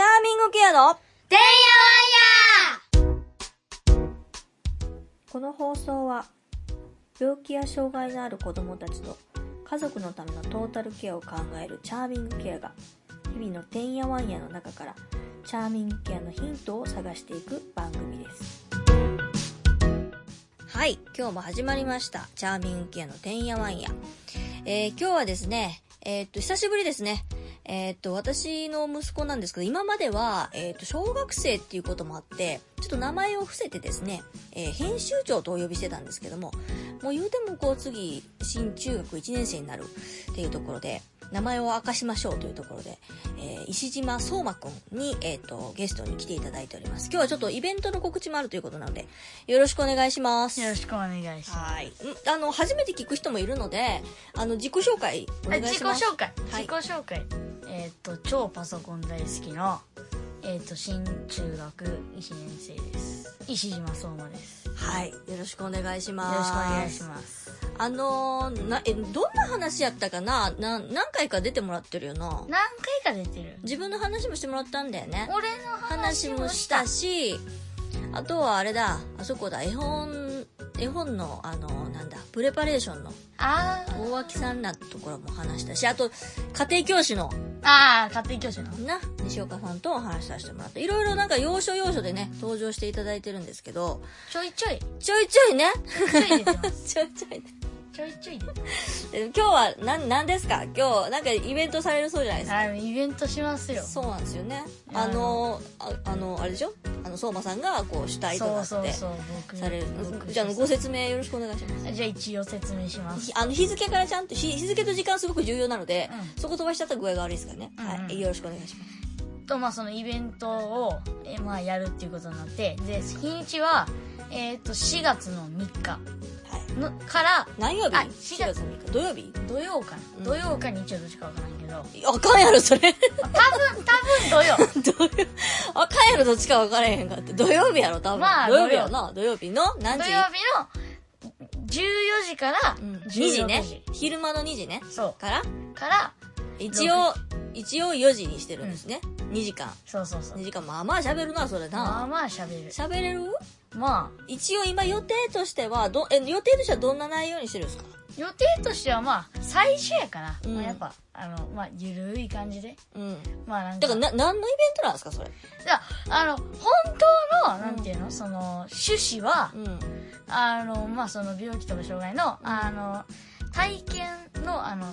のケアのてんやこの放送は病気や障害のある子どもたちと家族のためのトータルケアを考えるチャーミングケアが日々のてんやわんやの中からチャーミングケアのヒントを探していく番組ですはい今日も始まりましたチャーミングケアのてんやわんや、えー今日はですねえーっと久しぶりですねえーっと、私の息子なんですけど、今までは、えーっと、小学生っていうこともあって、ちょっと名前を伏せてですね、えー編集長とお呼びしてたんですけども、もう言うてもこう次、新中学1年生になるっていうところで、名前を明かしましょうというところで、えー石島相馬くんに、えーっと、ゲストに来ていただいております。今日はちょっとイベントの告知もあるということなので、よろしくお願いします。よろしくお願いしまはい。うんあの、初めて聞く人もいるので、あの、自己紹介おす。願い自し己ます。紹介。は自い己紹介。えーっと、超パソコン大好きの、えーっと、新中学1年生です。石島相馬です。よはい。よろしくお願いします。ろしくお願いします。あのー、な、え、どんな話やったかなな、何回か出てもらってるよな。何回か出てる自分の話もしてもらったんだよね。俺の話話ももししたた。し、あとはあれだ、あそこだ、絵本、絵本の、あのー、なんだ、プレパレーションのあ大脇さんらのところも話したし、あと、家庭教師の、ー。あー、勝手に教師の。な、西岡さんとお話しさせてもらって、いろいろなんか要所要所でね、登場していただいてるんですけど、ちょいちょい。ちょいちょいね、 ちょいちょい出てます。ちょいちょいねちょいちょい出てまえ今日は何何ですか今日なんかイベントされるそうじゃないですす。か、はい、イベントしますよ。そうなんですよねうんあのああのあれでしょあの相馬さんがこう主体となってそうそうそう僕される僕じゃああのご説明よろしくお願いしますじゃあ一応説明しますひあの日付からちゃんと日日付と時間すごく重要なので、うそこ飛ばしちゃったら具合が悪いですからね、うんうんはい、よろしくお願いしますとまあそのイベントを、えーまあ、やるっていうことになってで日にちは、えー、と4月の3日はいのから何曜日あ ?4 月3日土曜日土曜かな、うん土曜か日曜どっちかわからんけど、まあかんやろそれあ、多分多分 土曜土曜あかんやろどっちか分からへんかって土曜日やろ多分、まあ土曜日やろな土曜日の何時土曜日の14時からうん、 16 2時ね時昼間の2時ねそからうから一応一応4時にしてるんですね、2時間そうそうそう2時間まあまあ喋るなそれまあなまあしゃべる喋れるまあ一応今予定としてはどえ予定としてはどんな内容にしてるんですか予定としてはまあ最初やから、うんまあ、やっぱあのまあゆるい感じでうんまあなんだかからな何のイベントなんですかそれいやあの本当のなんていうの、その趣旨はうんあのまあその病気とか障害のあの体験のあの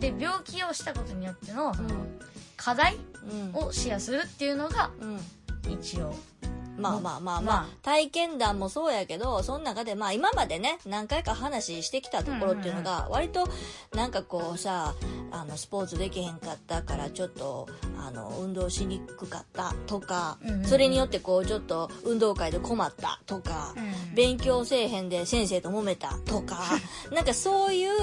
で病気をしたことによってのその、課題うんをシェアするっていうのがうん一応まあまあまあまあ、まあ体験談もそうやけど、その中でまあ今までね、何回か話してきたところっていうのが、割となんかこうさ、あのスポーツできへんかったからちょっと、あの、運動しにくかったとかうんうんう、んそれによってこうちょっと運動会で困ったとか、うん勉強せえへんで先生と揉めたと か、なんかそういう、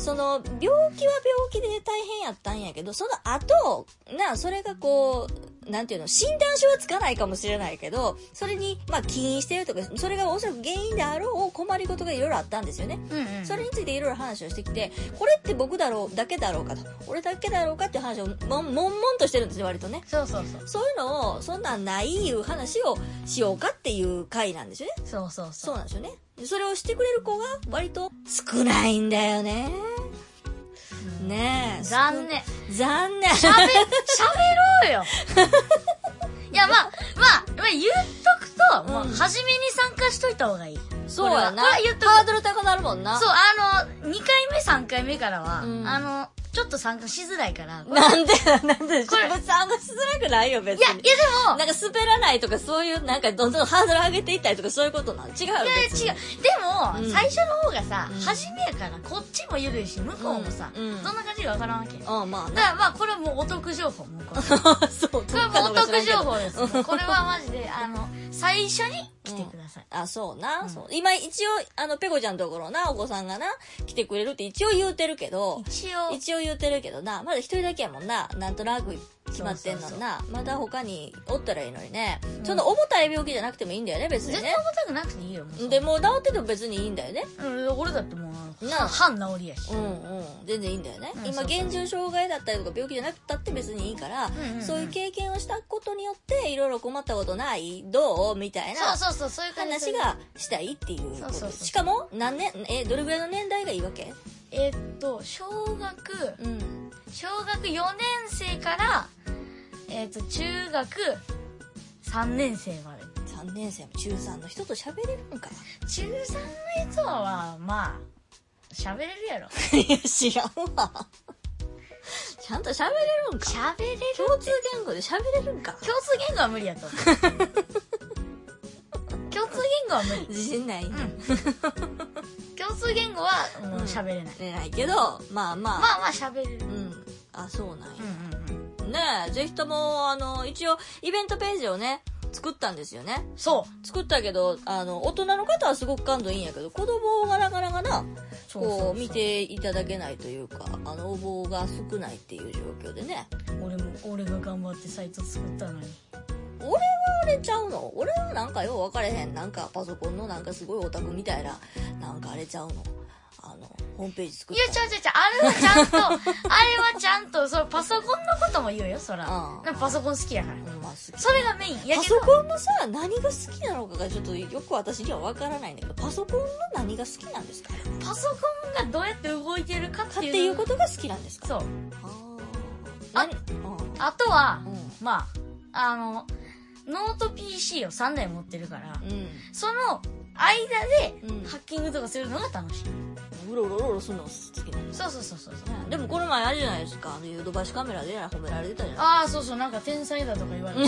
その、病気は病気で大変やったんやけど、その後、なあ、それがこう、なんていうの、診断書はつかないかもしれないけど、それに、まあ、起因してるとか、それがおそらく原因であろう困りごとがいろいろあったんですよね。うんうんそれについていろいろ話をしてきて、これって僕だろう、だけだろうかと、俺だけだろうかっていう話を、もん、もんもんとしてるんですよ、割とね。そうそうそうそういうのを、そんなんないいう話をしようかっていう回なんですよね。そうそうそそううなんですよね。でそれをしてくれる子が割と少ないんだよね。うんねえ。残念少。残念。しゃべしゃ べろうよいやまあまあ、まあ、言っとくと、もううん初めに参加しといた方がいいそうやな。これはこれは言っとくハードル高なるもんな。そう、あの、2回目、3回目からは、うんあの、ちょっと参加しづらいから。いや、なんで、なんで、これ別にあんましづらくないよ、別いや、に。でも、なんか滑らないとかそういう、なんかどんどんハードル上げていったりとかそういうことなん。違うよいや、別に違う。でも、うん最初の方がさ、うん初めやから、こっちも緩いし、向こうもさ、うんうんどんな感じかわからんわけ。だかうん、まあな。ら、まあ、これはもうお得情 報、向こう。こそう、これはもうお得情報です。これはマジで、あの、最初に来てください。あ、そうな、うんそう。今一応、あの、ペコちゃんのところな、お子さんがな、来てくれるって一応言うてるけど、一応、一応言うてるけどな、まだ一人だけやもんな、なんとなく決まってんのそにうそうそうなまた他におったらいいのにね、うんそんな重たい病気じゃなくてもいいんだよね別に絶ね対重たくなくていいよもうでもう治ってても別にいいんだよねうん俺だってもうなあは半治りやしうんうん全然いいんだよね、うん今そうそう厳重障害だったりとか病気じゃなくたって別にいいから、んうんうんそういう経験をしたことによっていろいろ困ったことないどうみたいなそうそうそうそういう感じ話がしたいっていうことそうそうそうしかも何年えどれぐらいの年代がいいわけえーっと小学うん小学4年生からえーっと中学3年生まで3年生も中3の人と喋れるんか中3のやつはまあ喋れるやろいや知らんわちゃんと喋れるんか喋れる共通言語で喋れるんか共通言語は無理や と思う共通言語は無理自信ない、ね共通言語はもう喋れない、ないけどまあまあ、まあまあ喋れるうんあそうなんや、うんうんうんねえぜひともあの一応イベントページをね作ったんですよねそう作ったけどあの大人の方はすごく感度いいんやけど子供がなかなかなそうそうそこうう見ていただけないというかあの応募が少ないっていう状況でね俺も俺が頑張ってサイト作ったのに俺はあれちゃうの俺はなんかよう分かれへんなんかパソコンのなんかすごいオタクみたいななんかあれちゃうのあのホームページ作いっや、たちゃうちゃうちゃう、あれはちゃんと、あれはちゃんと、そう、パソコンのことも言うよ、そら。ああなんかパソコン好きやから。うんまあ好きそれがメイン。いやパけソど、コンのさ何が好きなのかがちょっとよく私には分からないんだけどパソコンの何が好きなんですかパソコンがどうやって動いてるかってかっいう。ていうことが好きなんですかそう。ああー何うんあとは、うまあ、あの、ノート PC を3台持ってるから、うんその間うんで、ハッキングとかするのが楽しい。うろうろうろうろするの好きなんですそうそうそうそうそう。ねでもこの前あれじゃないですかあのヨドバシカメラで褒められてたじゃないああ、そうそう、なんか天才だとか言われる。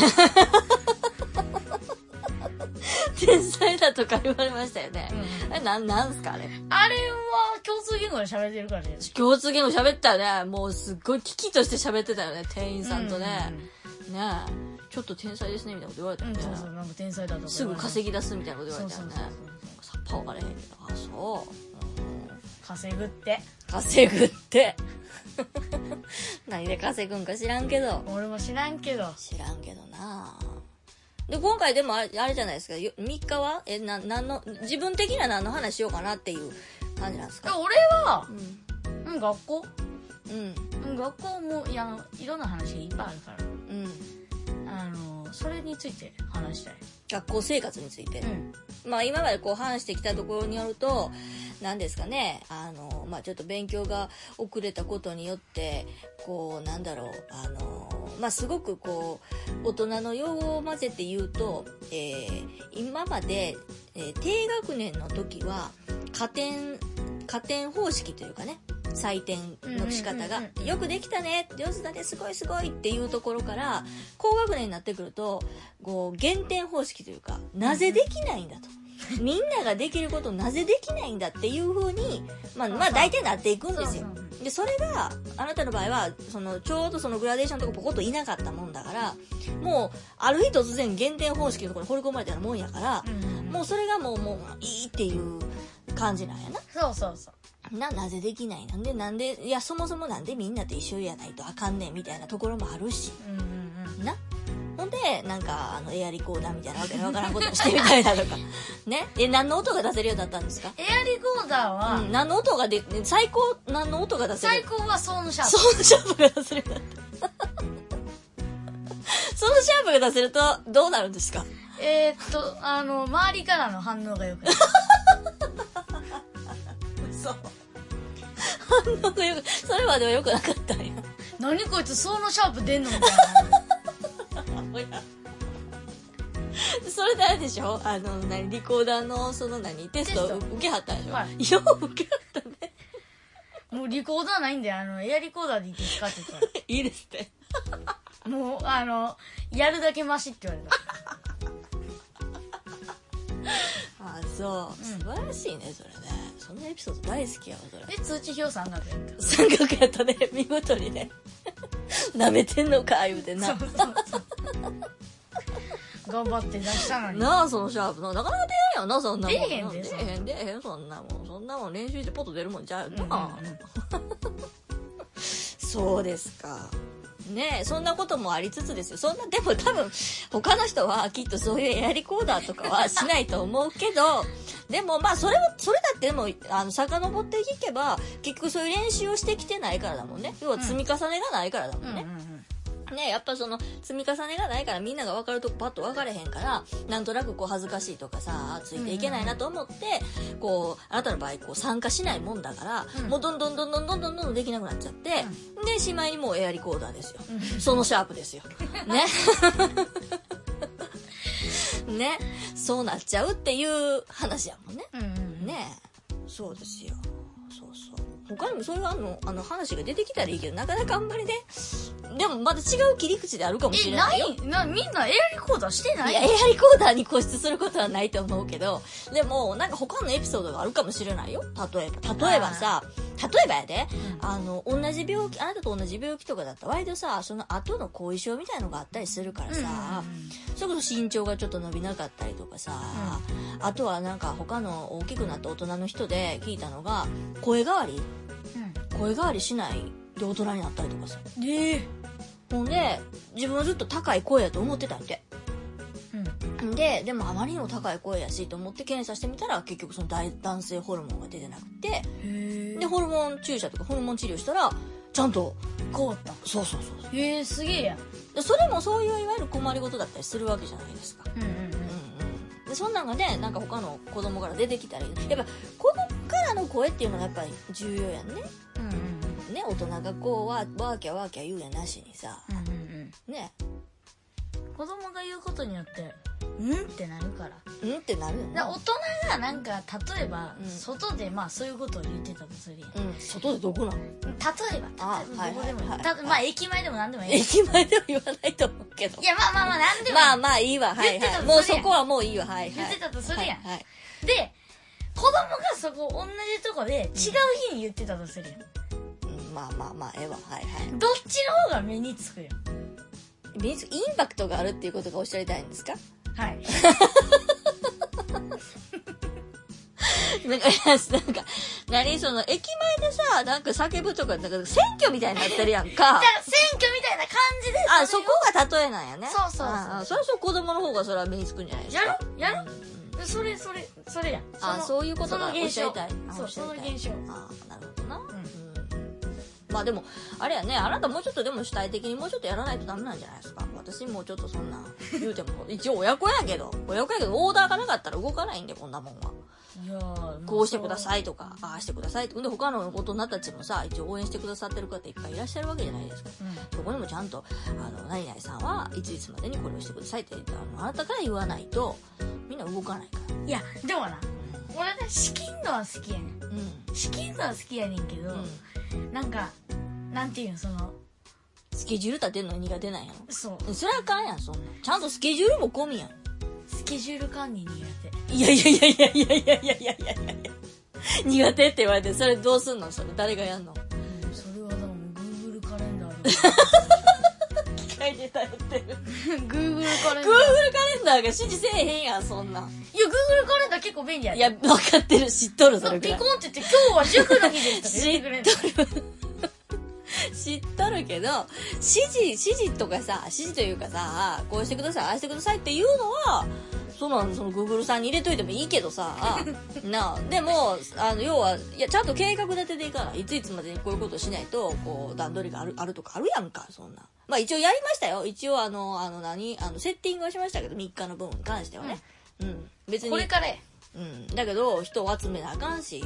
天才だとか言われましたよねうえなんなんすかあれあれは共通言語で喋ってるからね。共通言語喋ったよねもうすっごい危機として喋ってたよね店員さんとね、ねえちょっと天才ですねみたいなこと言われたうよん。うん、ね、そうそう、なんか天才だとかす言わぐれる。稼ぎ出すみたいなこと言われたよねそうそうそさうっぱ分からへんけどあそう、うん稼ぐって稼ぐって 何で稼ぐんか知らんけど俺も知らんけど知らんけどなで今回でもあれあれじゃないですかよ3日はえな何の自分的には何の話しようかなっていう感じなんです俺かはう、んうん、学校、うんうん、学校もいやあのいろんな話がいっぱいあるかうんらあのそれについて話したい、学校生活について、ん、まあ今までこう話してきたところによると何ですかねあの、まあ、ちょっと勉強が遅れたことによってこうなんだろうあの、まあ、すごくこう大人の用語を混ぜて言うと、えー今まで、えー低学年の時は加点加点方式というかね採点の仕方がうんうんうんうんよくできたね上手だねすごいすごいっていうところから高学年になってくるとこう減点方式というかなぜできないんだと。みんなができることをなぜできないんだっていう風に、まあ、まあ大体なっていくんですよ。で、それが、あなたの場合は、その、ちょうどそのグラデーションのとこポコッといなかったもんだから、もう、ある日突然減点方式のところに掘り込まれたようなもんやから、もうそれがもう、もう、いいっていう感じなんやな。そうそうそうな、なぜできないなんで、なんで、いや、そもそもなんでみんなと一緒やないとあかんねんみたいなところもあるし、うんうんうんな。ほんで、なんか、あの、エアリコーダーみたいなわけのわからんことをしてみたいなとか。 ね。え、何の音が出せるようになったんですかエアリコーダーは、うん、何の音がで、最高、何の音が出せる最高はソーヌシャープそのシャープが出せるよう になった。そのシャープが出せるとどうなるんですかえー、っとあの周りからの反応がよ くないそう。反応がよく、それまでは良くなかったんや。何こいつソーヌシャープ出んのみたいなそれであれでしょあの、何、リコーダーの、その何、テストテスト受けはったでしょ、はよう受けはったね。もうリコーダーないんであのエアリコーダーでいいですかって言ったらいいですって。もうあのやるだけマシって言われたあ、そう。素晴らしいね、それね。そんなエピソード大好きやわ、それ。で通知表さんが出た三角やったね、 見事にね。舐めてんのか、言うてな。頑張って出したのになあ、そのシャープな。なかなか出えへんよな、そんなもん。出えへんで出そんなえへん、出えへん、そんなもん。そんなもん練習してポッと出るもんちゃうようんうんな。そうですか。ねそんなこともありつつですよ。そんな、でも多分、他の人はきっとそういうエアリコーダーとかはしないと思うけど、 でもまあ、それは、それだってでも、あの、遡っていけば、結局そういう練習をしてきてないからだもんね。要は積み重ねがないからだもんね。うんうんね、やっぱその積み重ねがないからみんなが分かるとこパッと分かれへんからなんとなくこう恥ずかしいとかさついていけないなと思って、こうあなたの場合こう参加しないもんだから、うんもうどんどんどんどんどんどんどんできなくなっちゃって、でしまいにもうエアリコーダーですよ、うんそのシャープ ですよね ねそうなっちゃうっていう話やもんねうんうんうんねえそうですよそうそう他にもそういうあのあの話が出てきたらいいけどなかなかあんまりねでもまた違う切り口であるかもしえれないよないなみんなエアリコーダーしてないいや、エアリコーダーに固執することはないと思うけど、でも、なんか他のエピソードがあるかもしれないよ。例えば。例えばさ、例えばやで、うあの、同じ病気、あなたと同じ病気とかだったら、割とさ、その後の後遺症みたいのがあったりするからさ、それこそ身長がちょっと伸びなかったりとかさ、あとはなんか他の大きくなった大人の人で聞いたのが、声変わり声変わりしないで大人になったりとかさ。ええほんで、自分はずっと高い声やと思ってたんて。うんで、でもあまりにも高い声やしと思って検査してみたら、結局その大男性ホルモンが出てなくて、へえで、ホルモン注射とかホルモン治療したら、ちゃんと、凍ったそうそうそうそへえすげえやうで。それもそういういわゆる困りごとだったりするわけじゃないですか。うんうんうんうんでそんなんがねなんか他の子供から出てきたらいいやっぱ子供からの声っていうのがやっぱり重要やんねうんうんね大人がこうわわーキャーわーキャー言うやなしにさうんうんねうん子供が言うことによってうんってなるからうんってなるよねだ大人がなんか例えば、うん外でまあそういうことを言ってたとするやんうん外でどこなの例えばあ例えばどこでもいいはいはいたまあ駅前でも何でもいいい駅前では言わないと思うけどやまあまあまあ何でもいい、まあまあいいわはい言ってはたいともうするそやんこはもういいわはいはい言ってたとするやんはいはいで子供がそこ同じとこで違う日に言ってたとするやん、うんまあまあまあええわはいはいどっちの方が目につくやんインパクトがあるっていうことがおっしゃりたいんですかはいなんか、なんか、何その、駅前でさ、なんか叫ぶとか、なんか選挙みたいになってるやんかだか。ら選挙みたいな感じであ、そそれこをが例えなんやね。そうそうそうああそれはそう子供の方がそれは身につくんじゃないですやか。ろやろそれそれそれやんあのそういうことがその現象おっしゃりたいあそうそのおっしゃりたい現象ああ、なるほどな。うんまあでも、あれやね、あなたもうちょっとでも主体的にもうちょっとやらないとダメなんじゃないですか。私もうちょっとそんな、言うても、一応親子やけど、親子やけど、オーダーがなかったら動かないんで、こんなもんは。いやーこうしてくださいとか、ああしてくださいって。で、他の大人たちもさ、一応応援してくださってる方いっぱいいらっしゃるわけじゃないですか。うんそこにもちゃんと、あの、何々さんはいついつまでにこれをしてくださいって、あの、あなたから言わないと、みんな動かないから。いやでもな俺ね資金のは好きやねんうん。資金のは好きやねんけど、うん。なんかなんていうんそのスケジュール立てるのに苦手なんやそうろ。それはあかんやん、そんなん。ちゃんとスケジュールも込みやん。スケジュール管理苦いやいやいやいやいやいやいやいやいやいや苦手って言われて、それどうすんのそれ誰がや んの手、うん、それはでも Google カレンダーだ 機械に頼ってる。Google Google カレンカレンダダーいやーが指示せえへんやん、そんなん。 Google カレンダー結構便利やいでや、分かってる、知っとる、それぐピらコいン。って言って今日は塾の日ですとか知言っってくれんとる。知っとるけど、指示、指示とかさ、指示というかさ、こうしてください、ああしてくださいっていうのは、その、その、グーグルさんに入れといてもいいけどさ、 なあ、でも、あの、要は、いや、ちゃんと計画立てでいかない。いついつまでにこういうことをしないと、こう、段取りがある、あるとかあるやんか、そんな。まあ一応やりましたよ。一応あの、あの何、あの、セッティングはしましたけど、3日の分に関してはね。うん。別に。これからやうん。だけど、人を集めなあかんし。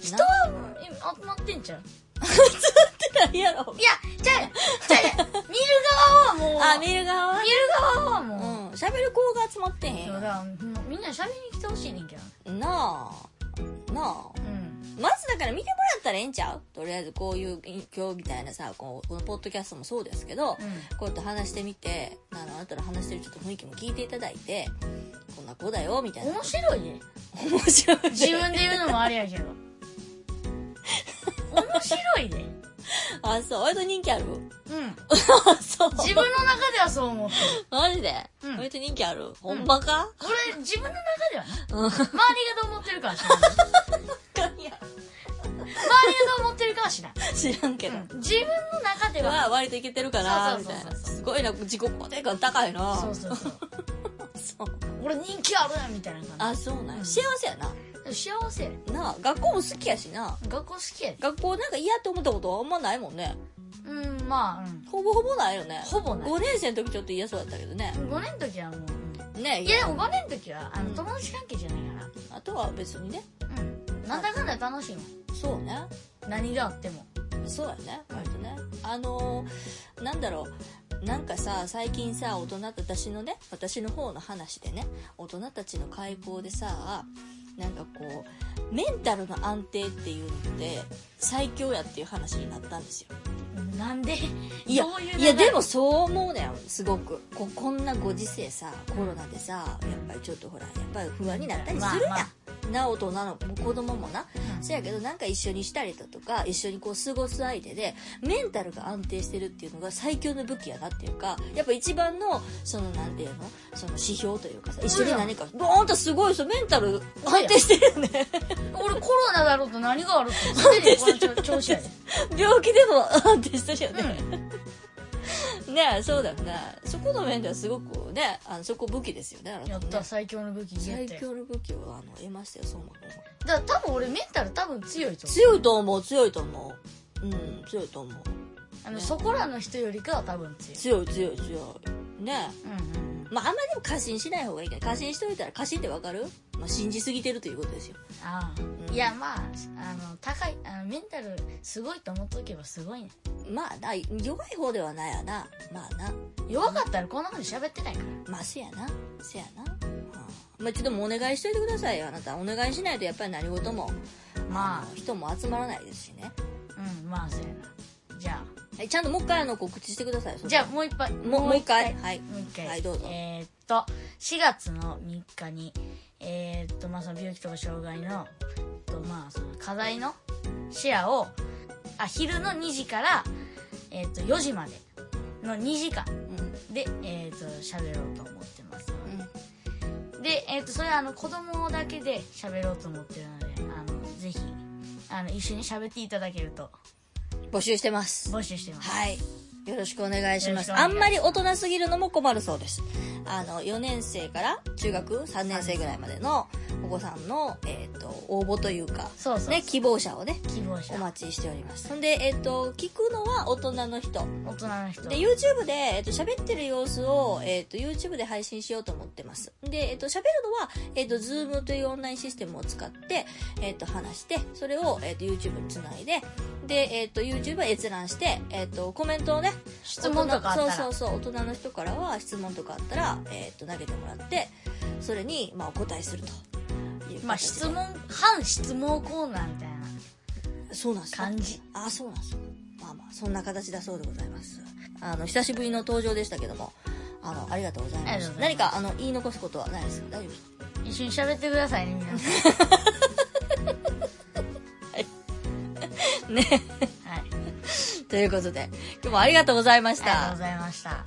人なはえ集まってんちゃうないやろい。やちゃうやんちゃうやん見る側はもうあ、見る見る側はね側はうもん。喋る子が集まってう、へいやだからもうみんな喋りに来てほしいねんけどん。なあ。なあ。うんまずだから見てもらったらええんちゃうとりあえずこういう今日みたいなさ、こうこのポッドキャストもそうですけど、うこうやって話してみて、あの、あなたの話してるちょっと雰囲気も聞いていただいて、こんな子だよ、みたいんな。面白いね面白い。自分で言うのもあれやけ ど面白いね あ、そう。割と人気あるうんあ、そう。自分の中ではそう思ってるマジで、うん割と人気あるほんまか、俺自分の中ではなうん、周りがどう思ってるかは知らないかんや。周が持ってるかは知らん、知らんけど。うん自分の中ではは割といけてるかなそうみそうたいそうそうなすごいな自己肯定感高いなそうそうそそうう俺人気あるみたいな感あそうなんやうん幸せやなじ幸せなあ学校も好きやしな学校好きやで学校なんか嫌って思ったことはあんまないもんねうんまあ、うん、ほぼほぼないよねほぼない5年生の時ちょっと嫌そうだったけどね5年の時はもうねいやでも5年の時はあうのん友達関係じゃないかあとは別にねらうんなんだかんだ楽しいもんそうね何があってもそうやね割とねあのーなんだろうなんかさ最近さ大人私のね私の方の話でね大人たちの解放でさなんかこうメンタルの安定っていうのって最強やっていう話になったんですよなんでいやどういうい流れやでもそう思うねんすごくここんなご時世さコロナでさやっぱりちょっとほらやっぱり不安になったりするやん、まあな大人の子供もなうんそやけどなんか一緒にしたりだとか一緒にこう過ごす相手でメンタルが安定してるっていうのが最強の武器やなっていうかやっぱ一番のそのなんていうのその指標というかさ一緒に何かドーンとすごいそうメンタル安定してるよね俺コロナだろうと何があるって言ってるよこの調調子やで病気でも 安定してるよね、 ねえそうだよねそこの面ではすごくねあのそこ武器ですよねあなやたねった最強の武器言最えて強の武器をあの得ましたよそう思うだから多分俺メンタル多分強いと思う強いと思う強いと思ううん強いと思うあのそこらの人よりかは多分強い強い強い強いねえうんうんまああんまりでも過信しない方がいいけど過信しといたら過信ってわかる、まあ、信じすぎてるということですよあうんあいやまああの高いあのメンタルすごいと思っとけばすごいねまあな弱い方ではないやなまあな弱かったらこんなふうに喋ってないからまあせやなせやな、うんまあちょっともうお願いしといてくださいよあなたお願いしないとやっぱり何事もまあの人も集まらないですしねうんまあそうやなじゃあはいちゃんともう一回あの告知してくださいそれじゃあもう一回もうもう一回はいもう一回はいどうぞえーっと4月の3日にえーっとまあその病気とか障害のとまあその課題のシェアをあ昼の2時からえーっと4時までの2時間うんでえーっと喋ろうと思ってますのでうんで、えっとそれはあの子供だけで喋ろうと思ってるのであのぜひあの一緒に喋っていただけると募集してます募集してますはい。よろしくお願いします。よろしくお願いしますあんまり大人すぎるのも困るそうです。あの、4年生から中学3年生ぐらいまでのお子さんの、えっ、と、応募というか、そうそうそうね、希望者をね、希望者お待ちしております。ほんで、えっ、と、聞くのは大人の人。大人の人で、YouTube で、えっ、と、喋ってる様子を、えっ、と、YouTube で配信しようと思ってます。で、えっ、と、喋るのは、えっ、と、Zoom というオンラインシステムを使って、えっ、と、話して、それを、えっ、と、YouTube につないで、で、えっ、と、YouTube は閲覧して、えっ、と、コメントをね、質問とかあったらそうそうそう大人の人からは質問とかあったら、えー、と投げてもらってそれに、まあ、お答えするという形でまあ質問反質問コーナーみたいなそうなんですよ感じあそうなんですよまあまあそんな形だそうでございますあの久しぶりの登場でしたけどもあのありがとうございあまりすがとうござ何いまかあの言い残すことはないですか大丈夫ですか一緒に喋ってくださいね 皆さねんはいということで今日もありがとうございましありがとうたございました